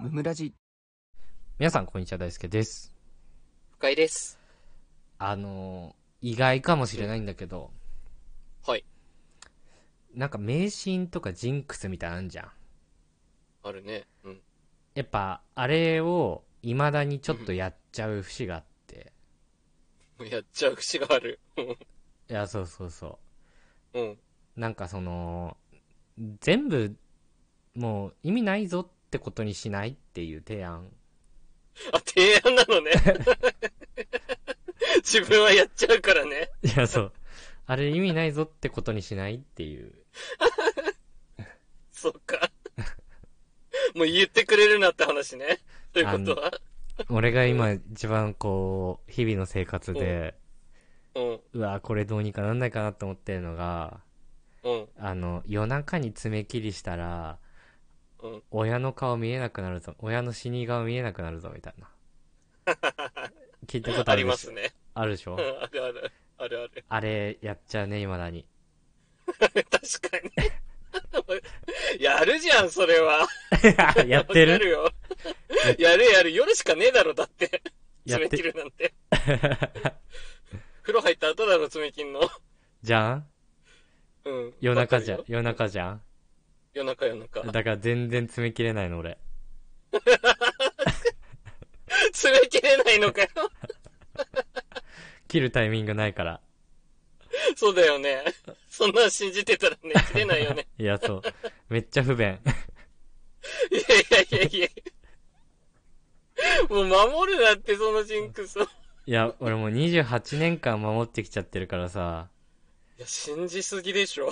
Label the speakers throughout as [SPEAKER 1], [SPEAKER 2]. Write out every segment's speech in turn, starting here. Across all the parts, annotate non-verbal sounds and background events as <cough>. [SPEAKER 1] ムムラジ
[SPEAKER 2] 皆さん、こんにちは、大輔です。
[SPEAKER 3] 深井です。
[SPEAKER 2] あのー、意外かもしれないんだけど、
[SPEAKER 3] はい。
[SPEAKER 2] なんか迷信とかジンクスみたいなのあんじゃん。
[SPEAKER 3] あるね。うん。
[SPEAKER 2] やっぱ、あれを、未だにちょっとやっちゃう節があって。
[SPEAKER 3] やっちゃう節がある。
[SPEAKER 2] いや、そうそうそ
[SPEAKER 3] うん。
[SPEAKER 2] う。なんかその、全部、もう意味ないぞってことにしないっていう提案。 <laughs>
[SPEAKER 3] あ、提案なのね。自分はやっちゃうからね。
[SPEAKER 2] いや、そう。あれ意味ないぞってことにしないっていう。
[SPEAKER 3] そっか。もう言ってくれるなって話ね。ということは。
[SPEAKER 2] 俺が今一番こう、日々の生活で、
[SPEAKER 3] うん。
[SPEAKER 2] うわ、これどうにかなんないかなと思ってるのが、
[SPEAKER 3] うん。
[SPEAKER 2] あの、夜中に爪切りしたら、
[SPEAKER 3] うん。
[SPEAKER 2] 親の顔見えなくなるぞ、親の死に顔見えなくなるぞ、みたい
[SPEAKER 3] <laughs>
[SPEAKER 2] な。聞いたこと
[SPEAKER 3] あ
[SPEAKER 2] ある
[SPEAKER 3] り
[SPEAKER 2] で
[SPEAKER 3] ま
[SPEAKER 2] し
[SPEAKER 3] す
[SPEAKER 2] ょ
[SPEAKER 3] ね。
[SPEAKER 2] あるでしょ
[SPEAKER 3] うん。あるある。あるある。
[SPEAKER 2] あれ、やっちゃうね、未だに。
[SPEAKER 3] <laughs> 確かに。やるじゃん、それは。
[SPEAKER 2] やって
[SPEAKER 3] わか
[SPEAKER 2] る
[SPEAKER 3] るよ。やるやる。夜しかねえだろ、だって。
[SPEAKER 2] やっ
[SPEAKER 3] 爪切
[SPEAKER 2] て、
[SPEAKER 3] るなんて。風呂入った後だろ、爪切んの。
[SPEAKER 2] じゃん
[SPEAKER 3] うん。
[SPEAKER 2] 夜中じゃ
[SPEAKER 3] わ
[SPEAKER 2] ん
[SPEAKER 3] かるよ
[SPEAKER 2] 夜中じゃん
[SPEAKER 3] 夜中夜中。
[SPEAKER 2] だから全然爪切れないの、俺。
[SPEAKER 3] 詰め切れないのかよ。
[SPEAKER 2] 切るタイミングないから。
[SPEAKER 3] そうだよね。そんなん信じてたらね、切れないよね。
[SPEAKER 2] いや、そう。めっちゃ不便。
[SPEAKER 3] いやいやいやいやもう守るなって、そのジンクスを。い
[SPEAKER 2] いや、俺もう28年間守ってきちゃってるからさ。
[SPEAKER 3] や、信じすぎでしょ。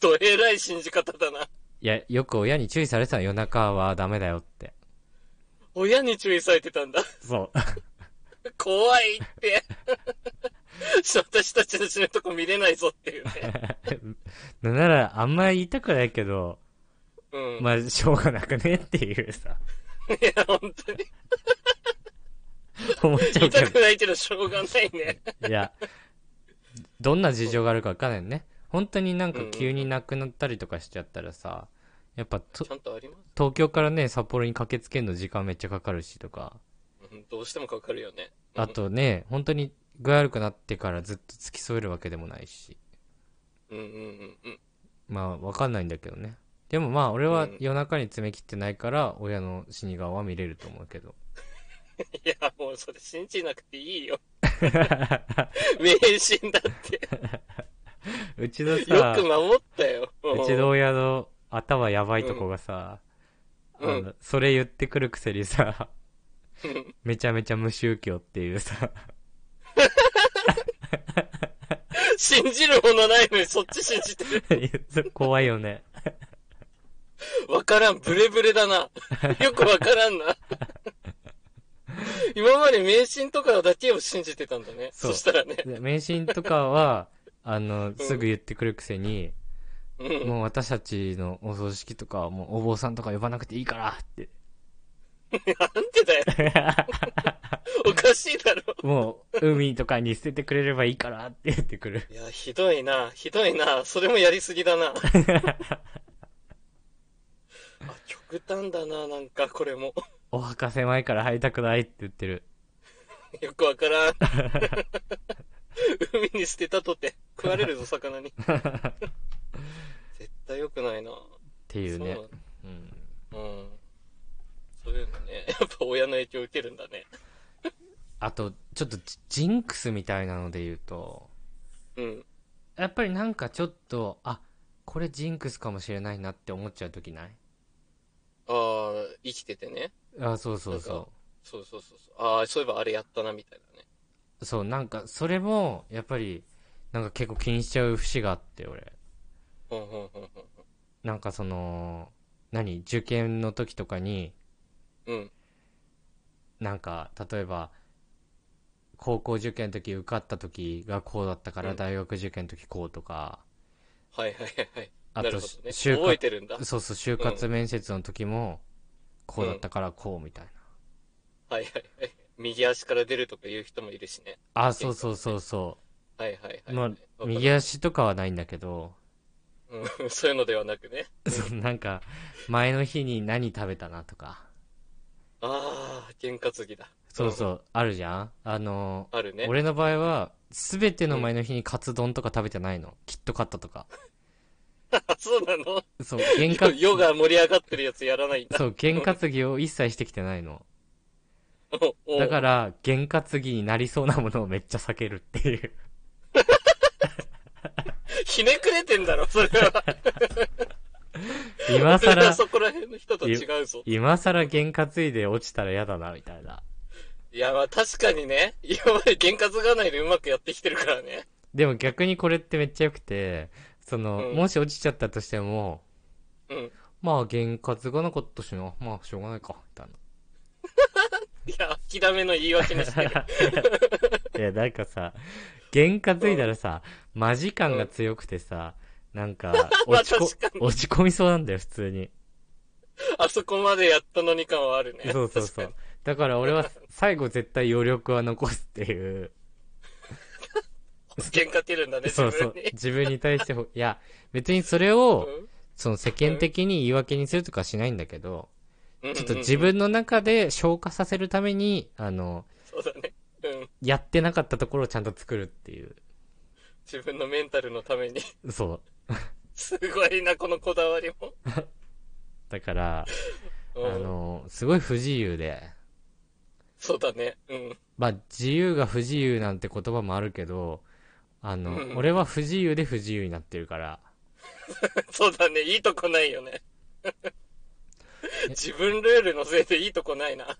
[SPEAKER 3] どえらい信じ方だな。
[SPEAKER 2] いや、よく親に注意されてたの夜中はダメだよって。
[SPEAKER 3] 親に注意されてたんだ。
[SPEAKER 2] そう。
[SPEAKER 3] 怖いって。私たちの死ぬとこ見れないぞっていう
[SPEAKER 2] <laughs>
[SPEAKER 3] ね。
[SPEAKER 2] なんなら、あんまり言いたくないけど、
[SPEAKER 3] うん。
[SPEAKER 2] まあ、しょうがなくねっていうさ、 <laughs>
[SPEAKER 3] いや、本当に。
[SPEAKER 2] 思っちゃうけ
[SPEAKER 3] 痛くないけど、しょうがないね。
[SPEAKER 2] ど。いや、どんな事情があるかわかんないよね。本当になんか急に亡くなったりとかしちゃったらさ、やっぱと
[SPEAKER 3] ちゃんとあります
[SPEAKER 2] 東京からね、札幌に駆けつけるの時間めっちゃかかるしとか、
[SPEAKER 3] うんどうしてもかかるよね。うん
[SPEAKER 2] あとね、本当に具合悪くなってからずっと付き添えるわけでもないし、
[SPEAKER 3] うんうんうんうん。
[SPEAKER 2] まあ、わかんないんだけどね。でもまあ、俺は
[SPEAKER 3] うん
[SPEAKER 2] 夜中に爪切ってないから、親の死に顔は見れると思うけど。
[SPEAKER 3] いや、もうそれ信じなくていい
[SPEAKER 2] <laughs>
[SPEAKER 3] よ。迷信だって。
[SPEAKER 2] うちのさ、
[SPEAKER 3] よく守ったよ。
[SPEAKER 2] <laughs>
[SPEAKER 3] うん
[SPEAKER 2] うちの親の頭やばいとこがさ、
[SPEAKER 3] うん
[SPEAKER 2] あのそれ言ってくるくせにさ、 <laughs>
[SPEAKER 3] うん
[SPEAKER 2] めちゃめちゃ無宗教っていうさ、 <laughs>
[SPEAKER 3] 信じるものないのにそっち信じてる。
[SPEAKER 2] 怖いよね。
[SPEAKER 3] わからん。ブレブレだな。よくわからんな。今まで迷信とかだけを信じてたんだね。
[SPEAKER 2] そ
[SPEAKER 3] そうしたらね。
[SPEAKER 2] で迷信とかは、あの、すぐ言ってくるくせに、
[SPEAKER 3] うん。
[SPEAKER 2] もう私たちのお葬式とかはもうお坊さんとか呼ばなくていいから
[SPEAKER 3] <laughs>
[SPEAKER 2] って。
[SPEAKER 3] なんでだよ。おかしいだろ。
[SPEAKER 2] もう、海とかに捨ててくれればいいからって言ってくる。
[SPEAKER 3] いや、ひどいな。ひどいな。それもやりすぎだな。あ、極端だな。なんか、これも。
[SPEAKER 2] お墓狭いから入りたくないって言ってる。
[SPEAKER 3] よくわからん。海に捨てたとて、食われるぞ、魚に。絶対良くないな。
[SPEAKER 2] っていうね。
[SPEAKER 3] そう
[SPEAKER 2] うん。
[SPEAKER 3] なのうん。そういうのね。 <laughs> やっぱ親の影響受けるんだね。
[SPEAKER 2] あと、ちょっとジジンクスみたいなので言うと、
[SPEAKER 3] うん。
[SPEAKER 2] やっぱりなんかちょっと、あ、これジンクスかもしれないなって思っちゃうときない
[SPEAKER 3] ああ、生きててね。
[SPEAKER 2] あ、そうそう
[SPEAKER 3] な
[SPEAKER 2] そ
[SPEAKER 3] そうそうそうそう。ああ、そういえばあれやったな、みたいなね。
[SPEAKER 2] う。そう、なんかそれも、やっぱり、なんか結構気にしちゃう節があって、俺。
[SPEAKER 3] うんうんうん
[SPEAKER 2] なんかその、何受験の時とかに、
[SPEAKER 3] うん。うん。
[SPEAKER 2] なんか、例えば、高校受験の時受かった時がこうだったか
[SPEAKER 3] う
[SPEAKER 2] ら
[SPEAKER 3] ん
[SPEAKER 2] 大学受験の時こうとか、
[SPEAKER 3] はいはいはいはい。
[SPEAKER 2] あ
[SPEAKER 3] な
[SPEAKER 2] と、
[SPEAKER 3] るほどね。
[SPEAKER 2] 就
[SPEAKER 3] 覚え
[SPEAKER 2] 活、
[SPEAKER 3] てるんだ。
[SPEAKER 2] そうそう、就活面接の時も、こうだったからこうみたいな。
[SPEAKER 3] はいはいはい。右足から出るとか言う人もいるしね。
[SPEAKER 2] あ、そうそうそうそ
[SPEAKER 3] はいはいは
[SPEAKER 2] う。
[SPEAKER 3] い。
[SPEAKER 2] ま
[SPEAKER 3] わか
[SPEAKER 2] あ、
[SPEAKER 3] る
[SPEAKER 2] 右足とかはないんだけ
[SPEAKER 3] <laughs>
[SPEAKER 2] ど、
[SPEAKER 3] うんそういうのではなくね。
[SPEAKER 2] そうなんか、前の日に何食べたなとか、
[SPEAKER 3] ああ、験担ぎだ。
[SPEAKER 2] そうそう、あるじゃんあの、
[SPEAKER 3] あるね。
[SPEAKER 2] 俺の場合は、すべての前の日にカツ丼とか食べてないの。キットカットとか。
[SPEAKER 3] あ <laughs> そうなの <laughs>
[SPEAKER 2] そう、験担
[SPEAKER 3] ヨガ盛り上がってるやつやらないんだ。
[SPEAKER 2] そう、験担ぎを一切してきてないの。
[SPEAKER 3] お
[SPEAKER 2] だから、験担ぎになりそうなものをめっちゃ避けるっていう。 <laughs>
[SPEAKER 3] ひねくれてんだろ、それは。
[SPEAKER 2] 今更
[SPEAKER 3] <laughs> そこら辺の人と違うぞ。
[SPEAKER 2] 今更験担いで落ちたら嫌だな、みたいな。
[SPEAKER 3] いや、まあ確かにね、今まで験担がないでうまくやってきてるからね。
[SPEAKER 2] でも逆にこれってめっちゃ良くて、その、
[SPEAKER 3] うん
[SPEAKER 2] もし落ちちゃったとしても、
[SPEAKER 3] うん。
[SPEAKER 2] まあ、験担がなかったしな。まあ、しょうがないか、みたいな。
[SPEAKER 3] いや、諦めの言
[SPEAKER 2] <laughs>
[SPEAKER 3] い訳にしてる。
[SPEAKER 2] いや、なんかさ、験担いだらさ、マジ感が強くてさ、なん <laughs> か、
[SPEAKER 3] まあ
[SPEAKER 2] 落ちこ
[SPEAKER 3] 確かに
[SPEAKER 2] 落ち込みそうなんだよ、普通に。
[SPEAKER 3] あそこまでやったのに感はあるね。
[SPEAKER 2] そうそうそ
[SPEAKER 3] 確か
[SPEAKER 2] う。だから俺は最後絶対余力は残すっていう。
[SPEAKER 3] に。喧嘩てるんだね、自
[SPEAKER 2] そ
[SPEAKER 3] 分
[SPEAKER 2] う
[SPEAKER 3] に。
[SPEAKER 2] そう。 <laughs> 自分に対してほ、いや、別にそれを、その世間的に言い訳にするとかはしないんだけど、
[SPEAKER 3] うん
[SPEAKER 2] ちょっと自。
[SPEAKER 3] うんうん
[SPEAKER 2] 分の中で消化させるために、あの、
[SPEAKER 3] そうだね。うん。
[SPEAKER 2] やってなかったところをちゃんと作るっていう。
[SPEAKER 3] 自分のメンタルのために。
[SPEAKER 2] そう。
[SPEAKER 3] すごいな、このこだわりも。
[SPEAKER 2] だから、あ
[SPEAKER 3] うん
[SPEAKER 2] の、すごい不自由で、
[SPEAKER 3] そうだね。うん。 <laughs>
[SPEAKER 2] まあ、自由が不自由なんて言葉もあるけど、あの、
[SPEAKER 3] うん
[SPEAKER 2] 俺は不自由で不自由になってるから、
[SPEAKER 3] そうだね。いいとこないよね。 <laughs> 自分ルールのせいでいいとこないな。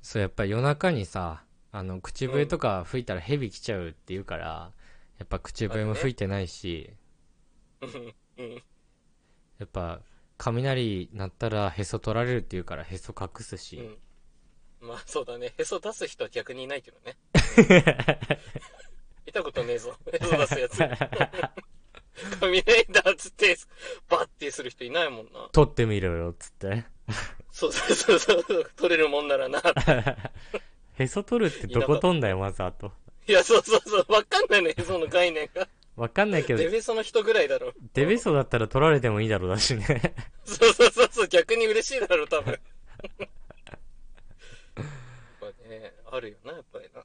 [SPEAKER 2] そう、やっぱり夜中にさ、あの、口笛とか吹いたら蛇来ちゃうって言うから、やっぱ口笛も吹いてないし、
[SPEAKER 3] うん。うん。
[SPEAKER 2] やっぱ、雷鳴ったらへそ取られるって言うからへそ隠すし、
[SPEAKER 3] うんまあそうだね。へそ出す人は逆にいないけど
[SPEAKER 2] <laughs>
[SPEAKER 3] ね。見たことねえぞ。へそ出すやつ。雷だっつって、バッてする人いないもんな。
[SPEAKER 2] 取ってみろよ、つって。
[SPEAKER 3] <laughs> そうそうそうそう。取れるもんならな。
[SPEAKER 2] へそ取るってどこ取んだよ、まずあと。
[SPEAKER 3] いや、そうそうそう。わかんないね、へその概念が。
[SPEAKER 2] わかんないけど
[SPEAKER 3] デ、ベソの人ぐらいだろ。
[SPEAKER 2] デベソだったら取られてもいいだろうだしね。
[SPEAKER 3] そうそうそうそう。逆に嬉しいだろ、
[SPEAKER 2] <laughs>
[SPEAKER 3] 多分。やっぱね、あるよな、やっぱりな。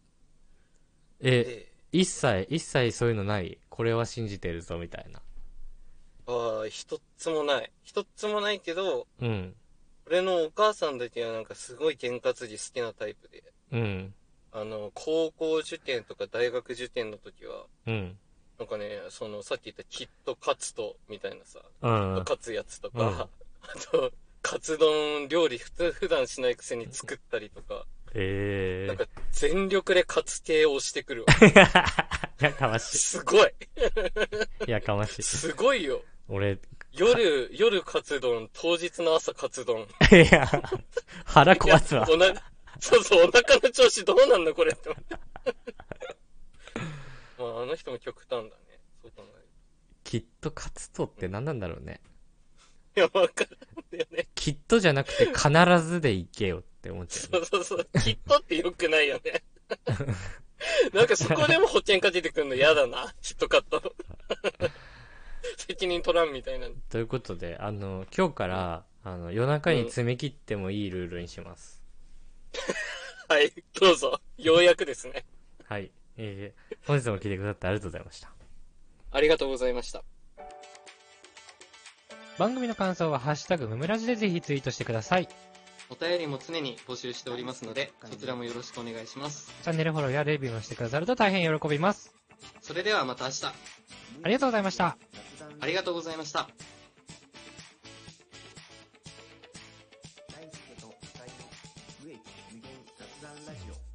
[SPEAKER 2] え、
[SPEAKER 3] で
[SPEAKER 2] 一切、一切そういうのない。これは信じてるぞ、みたいな。
[SPEAKER 3] ああ、一つもない。一つもないけど、
[SPEAKER 2] うん。
[SPEAKER 3] 俺のお母さんだけはなんかすごい験担ぎ好きなタイプで、
[SPEAKER 2] うん。
[SPEAKER 3] あの、高校受験とか大学受験の時は、
[SPEAKER 2] うん。
[SPEAKER 3] なんかね、その、さっき言ったキットカツと、みたいなさ、
[SPEAKER 2] うん。
[SPEAKER 3] カツやつと
[SPEAKER 2] うん
[SPEAKER 3] か、 <laughs> あと、カツ丼料理普通普段しないくせに作ったりとか、
[SPEAKER 2] え
[SPEAKER 3] なん
[SPEAKER 2] ー
[SPEAKER 3] か全力でカツ系をし
[SPEAKER 2] <laughs>
[SPEAKER 3] てくるわ。。
[SPEAKER 2] やかまし
[SPEAKER 3] すごい <laughs>
[SPEAKER 2] い。やかましい。
[SPEAKER 3] すごいよ
[SPEAKER 2] 俺、い
[SPEAKER 3] 夜、夜カツ丼、当日の朝カツ丼。
[SPEAKER 2] や、腹壊すわ
[SPEAKER 3] い。やおなそうそう、お腹の調子どうなんのこれって思って。 <laughs> まあ、あの人も極端だね。そう考
[SPEAKER 2] きっと勝つとって何なんだろうね。
[SPEAKER 3] える。いや、わかるんだよね。
[SPEAKER 2] きっとじゃなくて必ずでいけよって思っちゃう
[SPEAKER 3] そ。うそうそう。きっとって良くないよね。 <laughs> なんかそこでも保険かけてくんの嫌だな。きっとカット。 <laughs> 責任取らんみたいな。
[SPEAKER 2] ということで、あの、今日から、あの、夜中に詰め切ってもいいルールにします。
[SPEAKER 3] はい、どうぞ。ようやくですね。
[SPEAKER 2] はい。えー、本日も聞いてくださってありがとうございました。
[SPEAKER 3] ありがとうございました。
[SPEAKER 2] 番組の感想は、ハッシュタグムムラジでぜひツイートしてください。チ
[SPEAKER 3] お便りも常に募集しておりますので、そちらもよろしくお願いします。
[SPEAKER 2] ャンネルフォローやレビューもしてくださると大変喜びます。
[SPEAKER 3] それではまた明日、
[SPEAKER 2] ありがとうございました。
[SPEAKER 3] ありがとうございました。
[SPEAKER 1] 大輔と二人の無益無限雑談ラジオ